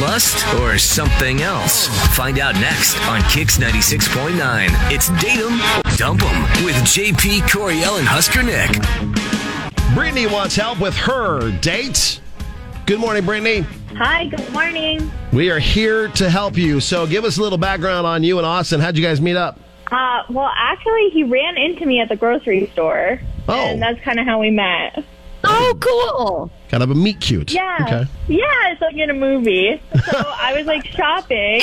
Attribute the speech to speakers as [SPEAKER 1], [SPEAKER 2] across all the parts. [SPEAKER 1] lust, or something else? Find out next on Kix 96.9. It's Date 'em, Dump 'em with JP Coriel and Husker Nick.
[SPEAKER 2] Brittany wants help with her date. Good morning, Brittany.
[SPEAKER 3] Hi, good morning.
[SPEAKER 2] We are here to help you. So give us a little background on you and Austin. How'd you guys meet up?
[SPEAKER 3] Uh, well, actually, he ran into me at the grocery store,
[SPEAKER 2] Oh.
[SPEAKER 3] and that's kind of how we met.
[SPEAKER 4] Oh, cool.
[SPEAKER 2] Kind of a meet cute.
[SPEAKER 3] Yeah,
[SPEAKER 2] Okay.
[SPEAKER 3] yeah, it's like in a movie. So I was like shopping,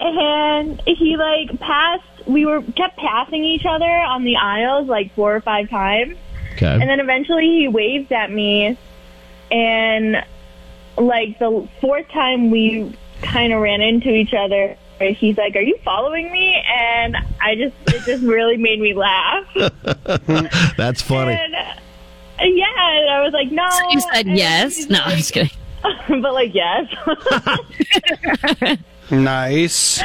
[SPEAKER 3] and he like passed. We were kept passing each other on the aisles like four or five times,
[SPEAKER 2] Okay.
[SPEAKER 3] and then eventually he waved at me, and like the fourth time we kind of ran into each other. He's like, "Are you following me?" And I just it just really made me laugh.
[SPEAKER 2] That's funny.
[SPEAKER 3] And, uh, yeah, and I was like, no.
[SPEAKER 4] You said
[SPEAKER 3] And
[SPEAKER 4] yes.
[SPEAKER 3] he's
[SPEAKER 4] No, I'm
[SPEAKER 3] like-
[SPEAKER 4] just kidding.
[SPEAKER 3] but like, yes.
[SPEAKER 5] Nice.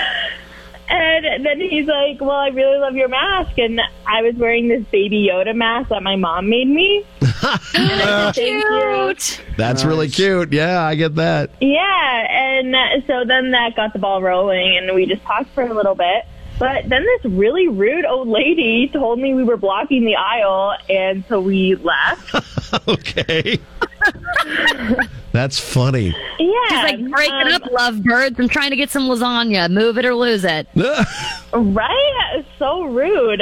[SPEAKER 3] and then he's like, well, I really love your mask. And I was wearing this Baby Yoda mask that my mom made me. and I said, Thank you.
[SPEAKER 4] Cute.
[SPEAKER 2] That's really cute. Yeah, I get that.
[SPEAKER 3] Yeah, and uh, so then that got the ball rolling, and we just talked for a little bit. But then this really rude old lady told me we were blocking the aisle, and so we left.
[SPEAKER 2] Okay. That's funny.
[SPEAKER 3] Yeah,
[SPEAKER 4] She's like breaking
[SPEAKER 3] um,
[SPEAKER 4] up lovebirds and trying to get some lasagna. Move it or lose it.
[SPEAKER 3] right? So rude.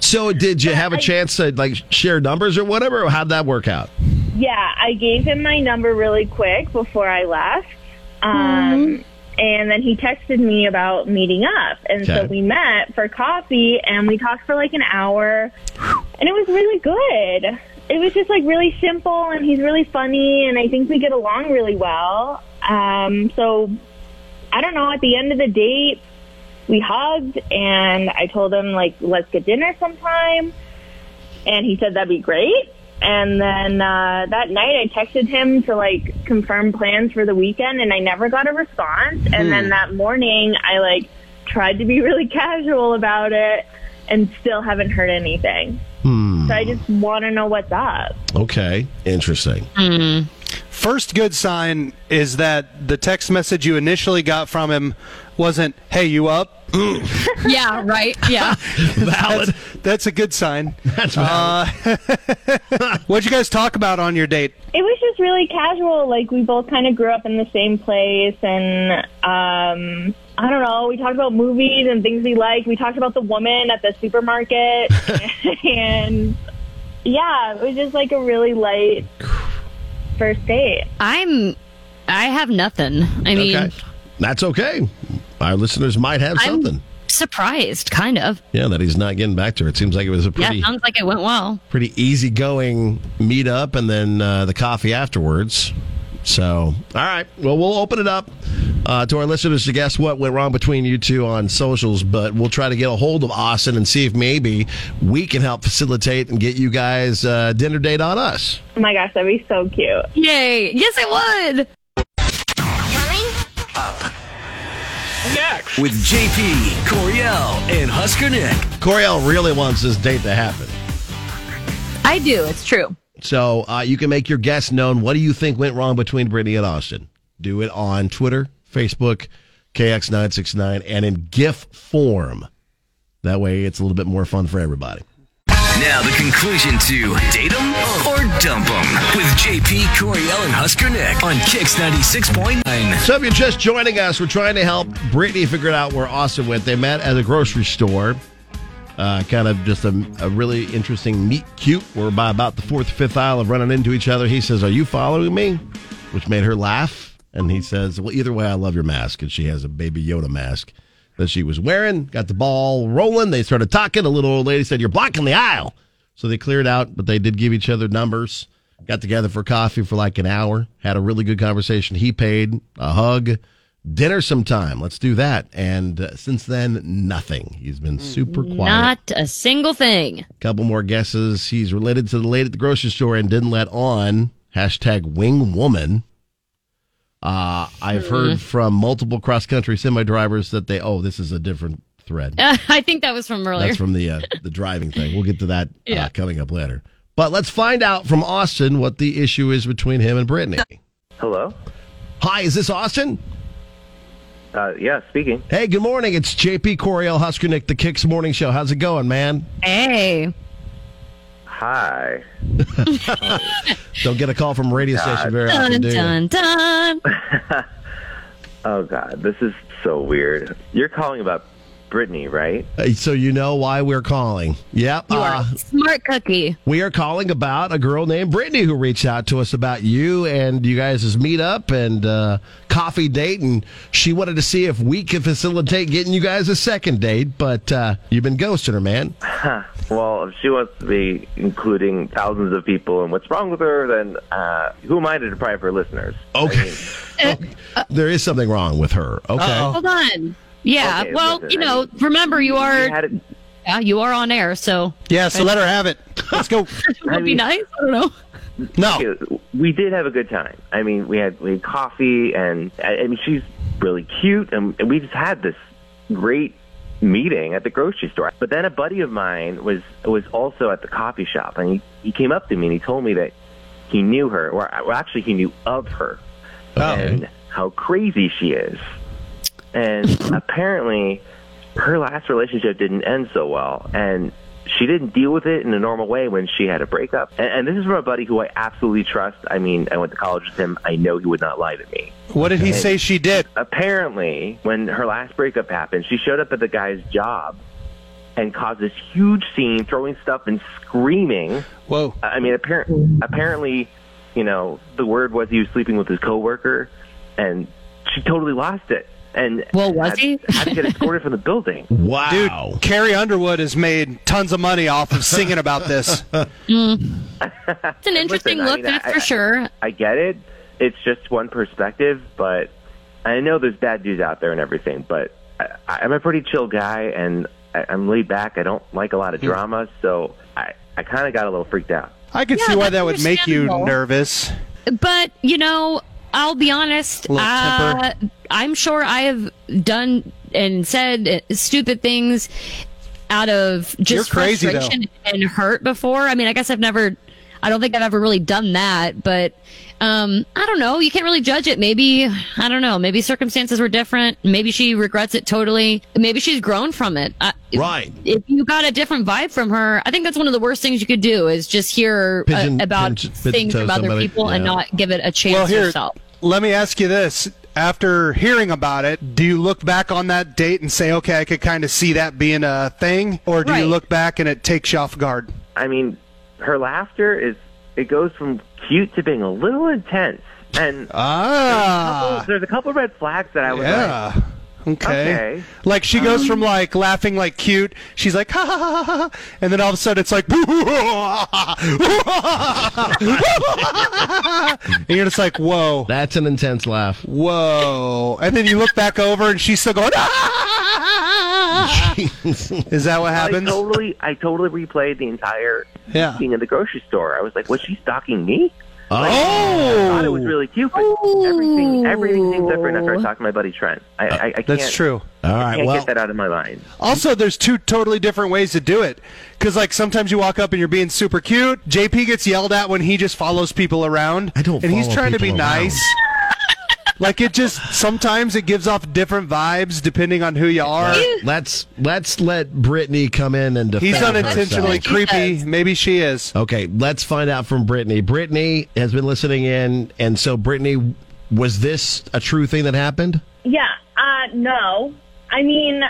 [SPEAKER 2] so did you have a chance to like share numbers or whatever? Or how'd that work out?
[SPEAKER 3] Yeah, I gave him my number really quick before I left. Um, And then he texted me about meeting up. And so
[SPEAKER 2] Okay.
[SPEAKER 3] we met for coffee and we talked for like an hour. And it was really good. It was just like really simple and he's really funny and I think we get along really well. Um, so I don't know, at the end of the date, we hugged and I told him like, let's get dinner sometime. And he said that'd be great. And then uh, that night I texted him to like confirm plans for the weekend and I never got a response. And then that morning I like tried to be really casual about it and still haven't heard anything. So I just want to know what's up.
[SPEAKER 2] Okay. Interesting.
[SPEAKER 5] First good sign is that the text message you initially got from him wasn't, hey, you up?
[SPEAKER 4] Yeah, right. Yeah.
[SPEAKER 2] Valid.
[SPEAKER 5] That's a good sign. Uh,
[SPEAKER 2] That's valid.
[SPEAKER 5] What'd you guys talk about on your date?
[SPEAKER 3] It was just really casual. Like we both kind of grew up in the same place, and um, I don't know. We talked about movies and things we like. We talked about the woman at the supermarket, and yeah, it was just like a really light first date.
[SPEAKER 4] I'm. I have nothing. I mean,
[SPEAKER 2] okay. That's okay. Our listeners might have
[SPEAKER 4] I'm-
[SPEAKER 2] something.
[SPEAKER 4] surprised, kind of.
[SPEAKER 2] Yeah, that he's not getting back to her. It seems like it was a
[SPEAKER 4] Yeah,
[SPEAKER 2] pretty
[SPEAKER 4] sounds like it went well.
[SPEAKER 2] pretty easygoing meetup and then uh, the coffee afterwards. So, all right. Well, we'll open it up uh, to our listeners to guess what went wrong between you two on socials, but we'll try to get a hold of Austin and see if maybe we can help facilitate and get you guys uh, dinner date on us.
[SPEAKER 3] Oh my gosh, that'd be so cute.
[SPEAKER 4] Yay! Yes, it would.
[SPEAKER 1] With JP Coriel and Husker Nick.
[SPEAKER 2] Coriel really wants this date to happen.
[SPEAKER 4] I do. It's true.
[SPEAKER 2] So uh, you can make your guess known. What do you think went wrong between Brittany and Austin? Do it on Twitter, Facebook, KX969, and in GIF form. That way it's a little bit more fun for everybody.
[SPEAKER 1] Now the conclusion to date 'em or dump 'em with JP Coriel and Husker Nick on Kix 96.9.
[SPEAKER 2] So if you're just joining us, we're trying to help Brittany figure out where Austin went. They met at a grocery store. Uh, kind of just a, a really interesting meet cute. We're by about the fourth, fifth aisle of running into each other. He says, Are you following me? Which made her laugh. And he says, Well, either way, I love your mask. And she has a baby Yoda mask that she was wearing. Got the ball rolling. They started talking. A little old lady said, You're blocking the aisle. So they cleared out, but they did give each other numbers. Got together for coffee for like an hour. Had a really good conversation. He paid a hug. Dinner sometime. Let's do that. And uh, since then, nothing. He's been super quiet
[SPEAKER 4] Not a single thing.
[SPEAKER 2] couple more guesses. He's related to the lady at the grocery store and didn't let on. Hashtag wing woman. Uh, I've heard from multiple cross country semi drivers that they, oh, this is a different thread.
[SPEAKER 4] I think that was from earlier.
[SPEAKER 2] That's from the uh, the driving thing. We'll get to that uh,
[SPEAKER 4] Yeah.
[SPEAKER 2] coming up later. But let's find out from Austin what the issue is between him and Brittany.
[SPEAKER 6] Hello?
[SPEAKER 2] Hi, is this Austin?
[SPEAKER 6] Uh, yeah, speaking.
[SPEAKER 2] Hey, good morning. It's JP Coriel Huskernick, the Kicks Morning Show. How's it going, man?
[SPEAKER 4] Hey.
[SPEAKER 6] Hi.
[SPEAKER 2] Don't get a call from a radio station very
[SPEAKER 4] Dun,
[SPEAKER 2] often, do you?
[SPEAKER 4] dun, dun.
[SPEAKER 6] Oh God, this is so weird. You're calling about Brittany, right?
[SPEAKER 2] Uh, So you know why we're calling. Yep.
[SPEAKER 4] You are
[SPEAKER 2] uh,
[SPEAKER 4] a smart cookie.
[SPEAKER 2] we are calling about a girl named Brittany who reached out to us about you and you guys' meetup and uh, coffee date, and she wanted to see if we could facilitate getting you guys a second date. But uh, you've been ghosting her, man.
[SPEAKER 6] Well, if she wants to be including thousands of people and what's wrong with her, then uh, who am I to deprive her listeners?
[SPEAKER 2] Okay. there is something wrong with her. Okay.
[SPEAKER 5] Uh-oh.
[SPEAKER 4] Hold on. Yeah.
[SPEAKER 6] Okay,
[SPEAKER 4] well,
[SPEAKER 6] listen,
[SPEAKER 4] you
[SPEAKER 6] I
[SPEAKER 4] know, remember you
[SPEAKER 6] I
[SPEAKER 4] are
[SPEAKER 6] had it.
[SPEAKER 4] yeah, you are on air, so
[SPEAKER 5] Yeah, so let her have it. Let's go.
[SPEAKER 4] it would be
[SPEAKER 6] mean-
[SPEAKER 4] nice. I don't know.
[SPEAKER 5] No.
[SPEAKER 6] We did have a good time. I mean, we had we had coffee, and I, I mean, she's really cute, and, and we just had this great meeting at the grocery store. But then a buddy of mine was was also at the coffee shop, and he he came up to me and he told me that he knew her, or, or actually he knew of her, and how crazy she is. And apparently, her last relationship didn't end so well, and she didn't deal with it in a normal way when she had a breakup. And, and this is from a buddy who I absolutely trust. I mean, I went to college with him. I know he would not lie to me.
[SPEAKER 5] What did he say she did?
[SPEAKER 6] Apparently, when her last breakup happened, she showed up at the guy's job and caused this huge scene, throwing stuff and screaming.
[SPEAKER 5] Whoa.
[SPEAKER 6] I
[SPEAKER 4] Mm-hmm.
[SPEAKER 6] mean, apparently, apparently, you know, the word was he was sleeping with his coworker, and she totally lost it. And
[SPEAKER 4] Well, was
[SPEAKER 6] had,
[SPEAKER 4] he?
[SPEAKER 6] had to get escorted from the building.
[SPEAKER 5] Dude,
[SPEAKER 2] Wow.
[SPEAKER 5] Carrie Underwood has made tons of money off of singing about this.
[SPEAKER 4] It's an interesting
[SPEAKER 6] I
[SPEAKER 4] look,
[SPEAKER 6] mean,
[SPEAKER 4] that's
[SPEAKER 6] I-
[SPEAKER 4] for
[SPEAKER 6] I-
[SPEAKER 4] sure.
[SPEAKER 6] I get it. It's just one perspective, but I know there's bad dudes out there and everything, but I, I'm a pretty chill guy and I, I'm laid back. I don't like a lot of drama, so I, I kind of got a little freaked out.
[SPEAKER 5] I could
[SPEAKER 4] Yeah,
[SPEAKER 5] see why
[SPEAKER 4] that's
[SPEAKER 5] that would make you
[SPEAKER 4] understandable.
[SPEAKER 5] nervous.
[SPEAKER 4] But you know, I'll be honest.
[SPEAKER 5] Little
[SPEAKER 4] Uh,
[SPEAKER 5] temper.
[SPEAKER 4] I'm sure I have done and said stupid things out of just
[SPEAKER 5] You're crazy, though.
[SPEAKER 4] frustration and hurt before. I mean, I guess I've never. I don't think I've ever really done that, but um, I don't know. You can't really judge it. Maybe I don't know. Maybe circumstances were different. Maybe she regrets it totally. Maybe she's grown from it. I,
[SPEAKER 2] Right.
[SPEAKER 4] If you got a different vibe from her, I think that's one of the worst things you could do is just hear uh,
[SPEAKER 2] Pigeon-
[SPEAKER 4] about
[SPEAKER 2] pigeon- pigeon
[SPEAKER 4] things
[SPEAKER 2] toe
[SPEAKER 4] from other
[SPEAKER 2] somebody.
[SPEAKER 4] people and
[SPEAKER 2] Yeah.
[SPEAKER 4] not give it a chance
[SPEAKER 5] Well, here,
[SPEAKER 4] yourself.
[SPEAKER 5] let me ask you this. After hearing about it, do you look back on that date and say, okay, I could kind of see that being a thing? Or do
[SPEAKER 4] Right.
[SPEAKER 5] you look back and it takes you off guard?
[SPEAKER 6] I mean, her laughter is, it goes from cute to being a little intense. And
[SPEAKER 5] Ah.
[SPEAKER 6] there's a couple red flags that I was like,
[SPEAKER 5] Yeah. Okay.
[SPEAKER 6] Okay.
[SPEAKER 5] Like she goes from like laughing like cute, she's like ha ha ha ha, ha," and then all of a sudden it's like, and you're just like, whoa,
[SPEAKER 2] That's an intense laugh.
[SPEAKER 5] whoa, and then you look back over and she's still going. "Ah." Is that what
[SPEAKER 6] I
[SPEAKER 5] happens?
[SPEAKER 6] totally, I totally replayed the entire
[SPEAKER 5] Yeah.
[SPEAKER 6] scene in the grocery store. I was like, was she stalking me? I thought it was
[SPEAKER 5] Oh,
[SPEAKER 6] really cute, but everything everything seems different after I talked to my buddy Trent. I, I, I can't,
[SPEAKER 5] that's true.
[SPEAKER 2] All
[SPEAKER 6] I
[SPEAKER 2] right.
[SPEAKER 6] can't
[SPEAKER 2] Well,
[SPEAKER 6] get that out of my mind.
[SPEAKER 5] Also, there's two totally different ways to do it. Because, like, sometimes you walk up and you're being super cute. JP gets yelled at when he just follows people around.
[SPEAKER 2] I don't
[SPEAKER 5] And he's
[SPEAKER 2] follow
[SPEAKER 5] trying to be
[SPEAKER 2] people around.
[SPEAKER 5] nice. like, it just sometimes it gives off different vibes depending on who you are.
[SPEAKER 2] let's let's let Brittany come in and defend
[SPEAKER 5] He's unintentionally
[SPEAKER 2] herself.
[SPEAKER 5] creepy. Maybe she is.
[SPEAKER 2] Okay, let's find out from Brittany. Brittany has been listening in, and so Brittany, was this a true thing that happened?
[SPEAKER 3] Yeah. Uh, no. I mean,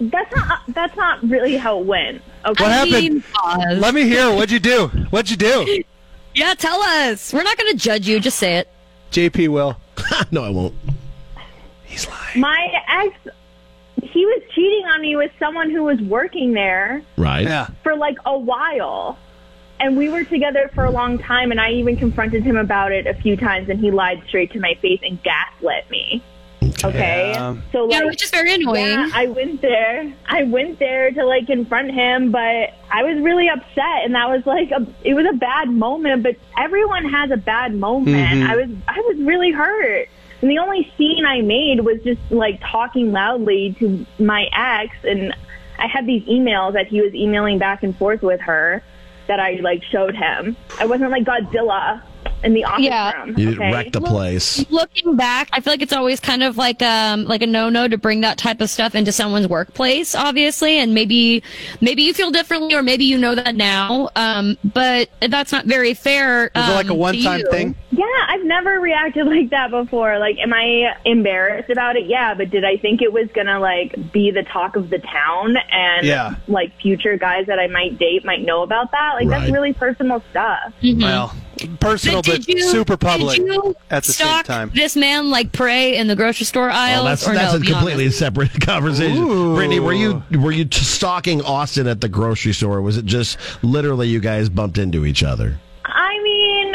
[SPEAKER 3] that's not that's not really how it went. Okay.
[SPEAKER 5] What
[SPEAKER 4] I
[SPEAKER 5] happened?
[SPEAKER 4] mean, pause.
[SPEAKER 5] Let me hear. What'd you do? What'd you do?
[SPEAKER 4] yeah, tell us. We're not going to judge you. Just say it.
[SPEAKER 5] JP will.
[SPEAKER 2] no, I won't.
[SPEAKER 5] He's lying.
[SPEAKER 3] My ex, he was cheating on me with someone who was working there
[SPEAKER 2] Right?
[SPEAKER 5] Yeah.
[SPEAKER 3] for like a while. And we were together for a long time, and I even confronted him about it a few times, and he lied straight to my face and gaslit me. Okay,
[SPEAKER 5] Yeah.
[SPEAKER 3] so like,
[SPEAKER 4] Yeah, which is very annoying.
[SPEAKER 3] Yeah, I went there. I went there to like confront him, but I was really upset, and that was like a. It was a bad moment, but everyone has a bad moment.
[SPEAKER 4] Mm-hmm.
[SPEAKER 3] I was I was really hurt, and the only scene I made was just like talking loudly to my ex, and I had these emails that he was emailing back and forth with her that I like showed him. I wasn't like Godzilla. in the office
[SPEAKER 4] Yeah.
[SPEAKER 3] room.
[SPEAKER 2] You
[SPEAKER 3] okay?
[SPEAKER 2] wrecked the place.
[SPEAKER 4] Looking back, I feel like it's always kind of like um like a no no to bring that type of stuff into someone's workplace, obviously, and maybe maybe you feel differently or maybe you know that now. Um, but that's not very fair.
[SPEAKER 5] Was it like a
[SPEAKER 4] um, to
[SPEAKER 5] one time
[SPEAKER 4] you.
[SPEAKER 5] thing?
[SPEAKER 3] Yeah, I've never reacted like that before. Like, am I embarrassed about it? Yeah, but did I think it was gonna like be the talk of the town and
[SPEAKER 5] Yeah.
[SPEAKER 3] like future guys that I might date might know about that? Like,
[SPEAKER 2] Right.
[SPEAKER 3] that's really personal stuff.
[SPEAKER 5] Well, personal,
[SPEAKER 4] But
[SPEAKER 5] but
[SPEAKER 4] Mm-hmm. did you,
[SPEAKER 5] super public
[SPEAKER 4] did you
[SPEAKER 5] at the same
[SPEAKER 4] stalk
[SPEAKER 5] time.
[SPEAKER 4] This man like prey in the grocery store
[SPEAKER 2] Well,
[SPEAKER 4] aisles.
[SPEAKER 2] that's
[SPEAKER 4] or
[SPEAKER 2] that's
[SPEAKER 4] no,
[SPEAKER 2] a
[SPEAKER 4] be
[SPEAKER 2] completely
[SPEAKER 4] honest?
[SPEAKER 2] separate conversation.
[SPEAKER 5] Ooh.
[SPEAKER 2] Brittany, were you were you t- stalking Austin at the grocery store? Or was it just literally you guys bumped into each other?
[SPEAKER 3] I mean,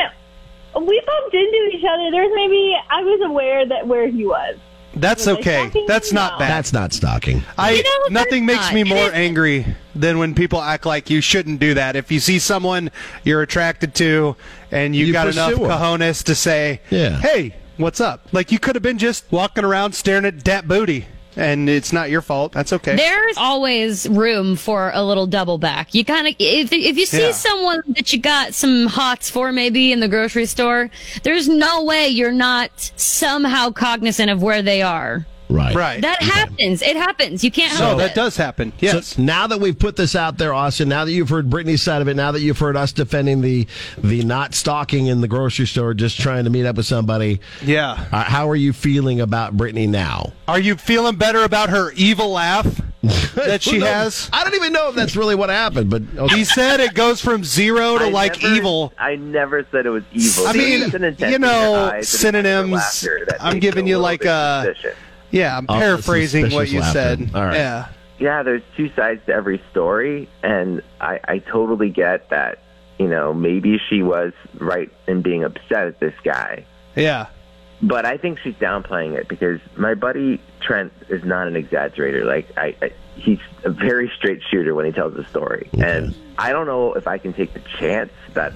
[SPEAKER 3] we bumped into each other. There's maybe I was aware that where he was.
[SPEAKER 5] That's
[SPEAKER 3] Was I
[SPEAKER 5] okay.
[SPEAKER 3] stalking
[SPEAKER 5] That's
[SPEAKER 3] you?
[SPEAKER 5] not
[SPEAKER 3] No.
[SPEAKER 5] bad. Uh,
[SPEAKER 2] That's not stalking.
[SPEAKER 5] I
[SPEAKER 4] You know,
[SPEAKER 5] nothing
[SPEAKER 4] that's
[SPEAKER 5] makes
[SPEAKER 4] not.
[SPEAKER 5] me
[SPEAKER 4] It
[SPEAKER 5] more
[SPEAKER 4] isn't.
[SPEAKER 5] angry than when people act like you shouldn't do that. If you see someone you're attracted to and you,
[SPEAKER 2] You
[SPEAKER 5] got enough
[SPEAKER 2] pursue 'em.
[SPEAKER 5] cojones to say,
[SPEAKER 2] Yeah.
[SPEAKER 5] "Hey, what's up?" Like you could have been just walking around staring at dat booty, and it's not your fault. That's okay.
[SPEAKER 4] There's always room for a little double back. You kind of if if you see
[SPEAKER 5] Yeah.
[SPEAKER 4] someone that you got some hots for maybe in the grocery store, there's no way you're not somehow cognizant of where they are.
[SPEAKER 2] Right.
[SPEAKER 5] right.
[SPEAKER 4] That happens. It happens. You can't
[SPEAKER 5] no,
[SPEAKER 4] help
[SPEAKER 5] that
[SPEAKER 4] it.
[SPEAKER 5] does happen. Yes.
[SPEAKER 2] So now that we've put this out there, Austin, now that you've heard Brittany's side of it, now that you've heard us defending the the not stalking in the grocery store, just trying to meet up with somebody,
[SPEAKER 5] yeah.
[SPEAKER 2] uh, how are you feeling about Brittany now?
[SPEAKER 5] Are you feeling better about her evil laugh that she
[SPEAKER 2] Who knows?
[SPEAKER 5] has?
[SPEAKER 2] I don't even know if that's really what happened, but oh,
[SPEAKER 5] He
[SPEAKER 2] okay.
[SPEAKER 5] said it goes from zero to like
[SPEAKER 6] never-
[SPEAKER 5] evil.
[SPEAKER 6] I never said it was evil.
[SPEAKER 5] I
[SPEAKER 6] There was
[SPEAKER 5] mean,
[SPEAKER 6] just an intensity
[SPEAKER 5] you
[SPEAKER 6] in their
[SPEAKER 5] know,
[SPEAKER 6] eyes and
[SPEAKER 5] synonyms,
[SPEAKER 6] laughter that
[SPEAKER 5] I'm
[SPEAKER 6] makes it
[SPEAKER 5] giving
[SPEAKER 6] a
[SPEAKER 5] you
[SPEAKER 6] little
[SPEAKER 5] like
[SPEAKER 6] bit
[SPEAKER 5] a-
[SPEAKER 6] suspicious.
[SPEAKER 5] Yeah, I'm
[SPEAKER 2] Oh,
[SPEAKER 5] paraphrasing what
[SPEAKER 2] suspicious
[SPEAKER 5] you
[SPEAKER 2] laughter.
[SPEAKER 5] said.
[SPEAKER 2] All right.
[SPEAKER 5] Yeah.
[SPEAKER 6] yeah, there's two sides to every story, and I, I totally get that. You know, maybe she was right in being upset at this guy,
[SPEAKER 5] Yeah.
[SPEAKER 6] but I think she's downplaying it because my buddy Trent is not an exaggerator. Like, I, I he's a very straight shooter when he tells a story, and I don't know if I can take the chance that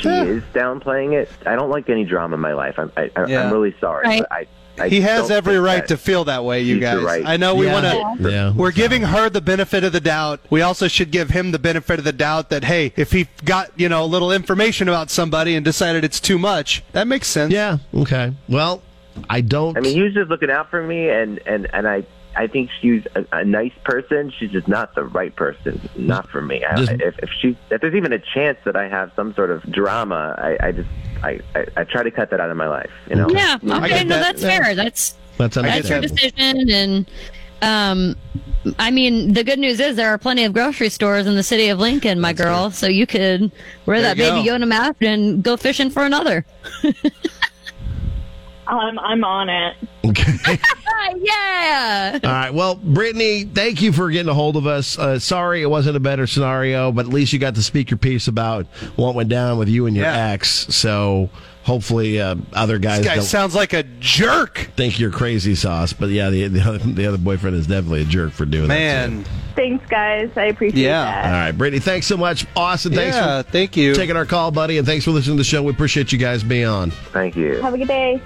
[SPEAKER 6] she
[SPEAKER 5] Yeah.
[SPEAKER 6] is downplaying it. I don't like any drama in my life. I'm, I, I,
[SPEAKER 5] Yeah.
[SPEAKER 6] I'm really sorry.
[SPEAKER 4] Right.
[SPEAKER 6] But I, I
[SPEAKER 5] he has
[SPEAKER 6] don't
[SPEAKER 5] every
[SPEAKER 6] think
[SPEAKER 5] right
[SPEAKER 6] that
[SPEAKER 5] to feel that way, you
[SPEAKER 6] she's the
[SPEAKER 5] guys.
[SPEAKER 6] right-
[SPEAKER 5] I know we
[SPEAKER 2] Yeah.
[SPEAKER 5] want to.
[SPEAKER 2] yeah,
[SPEAKER 5] We're giving her the benefit of the doubt. We also should give him the benefit of the doubt that hey, if he got you know a little information about somebody and decided it's too much, that makes sense.
[SPEAKER 2] yeah, okay. Well, I don't.
[SPEAKER 6] I mean, he was just looking out for me, and and and I I think she's a, a nice person. She's just not the right person, not for me. I,
[SPEAKER 2] Just-
[SPEAKER 6] if if she if there's even a chance that I have some sort of drama, I, I just I, I I try to cut that out of my life. You know?
[SPEAKER 4] Yeah.
[SPEAKER 5] I
[SPEAKER 4] Okay.
[SPEAKER 5] get
[SPEAKER 4] No,
[SPEAKER 5] that.
[SPEAKER 4] that's fair. That's
[SPEAKER 2] that's
[SPEAKER 4] that's your
[SPEAKER 2] understandable.
[SPEAKER 4] decision and um I mean, the good news is there are plenty of grocery stores in the city of Lincoln, my girl. So you could wear
[SPEAKER 5] There
[SPEAKER 4] that
[SPEAKER 5] you
[SPEAKER 4] baby
[SPEAKER 5] go.
[SPEAKER 4] Yoda mask and go fishing for another.
[SPEAKER 3] Um, I'm on it.
[SPEAKER 2] Okay.
[SPEAKER 4] Ah, yeah.
[SPEAKER 2] All right. Well, Brittany, thank you for getting a hold of us. Uh, sorry it wasn't a better scenario, but at least you got to speak your piece about what went down with you and your
[SPEAKER 5] Yeah.
[SPEAKER 2] ex. So hopefully, uh, other guys
[SPEAKER 5] This guy
[SPEAKER 2] don't
[SPEAKER 5] sounds like a jerk,
[SPEAKER 2] think you're crazy sauce. But yeah, the, the, other, the other boyfriend is definitely a jerk for doing that.
[SPEAKER 5] man.
[SPEAKER 3] Thanks, guys. I appreciate
[SPEAKER 5] Yeah.
[SPEAKER 3] that.
[SPEAKER 2] All right, Brittany, thanks so much. Austin, thanks
[SPEAKER 5] yeah,
[SPEAKER 2] for
[SPEAKER 5] thank you.
[SPEAKER 2] taking our call, buddy, and thanks for listening to the show. We appreciate you guys being on.
[SPEAKER 6] Thank you.
[SPEAKER 3] Have a good day.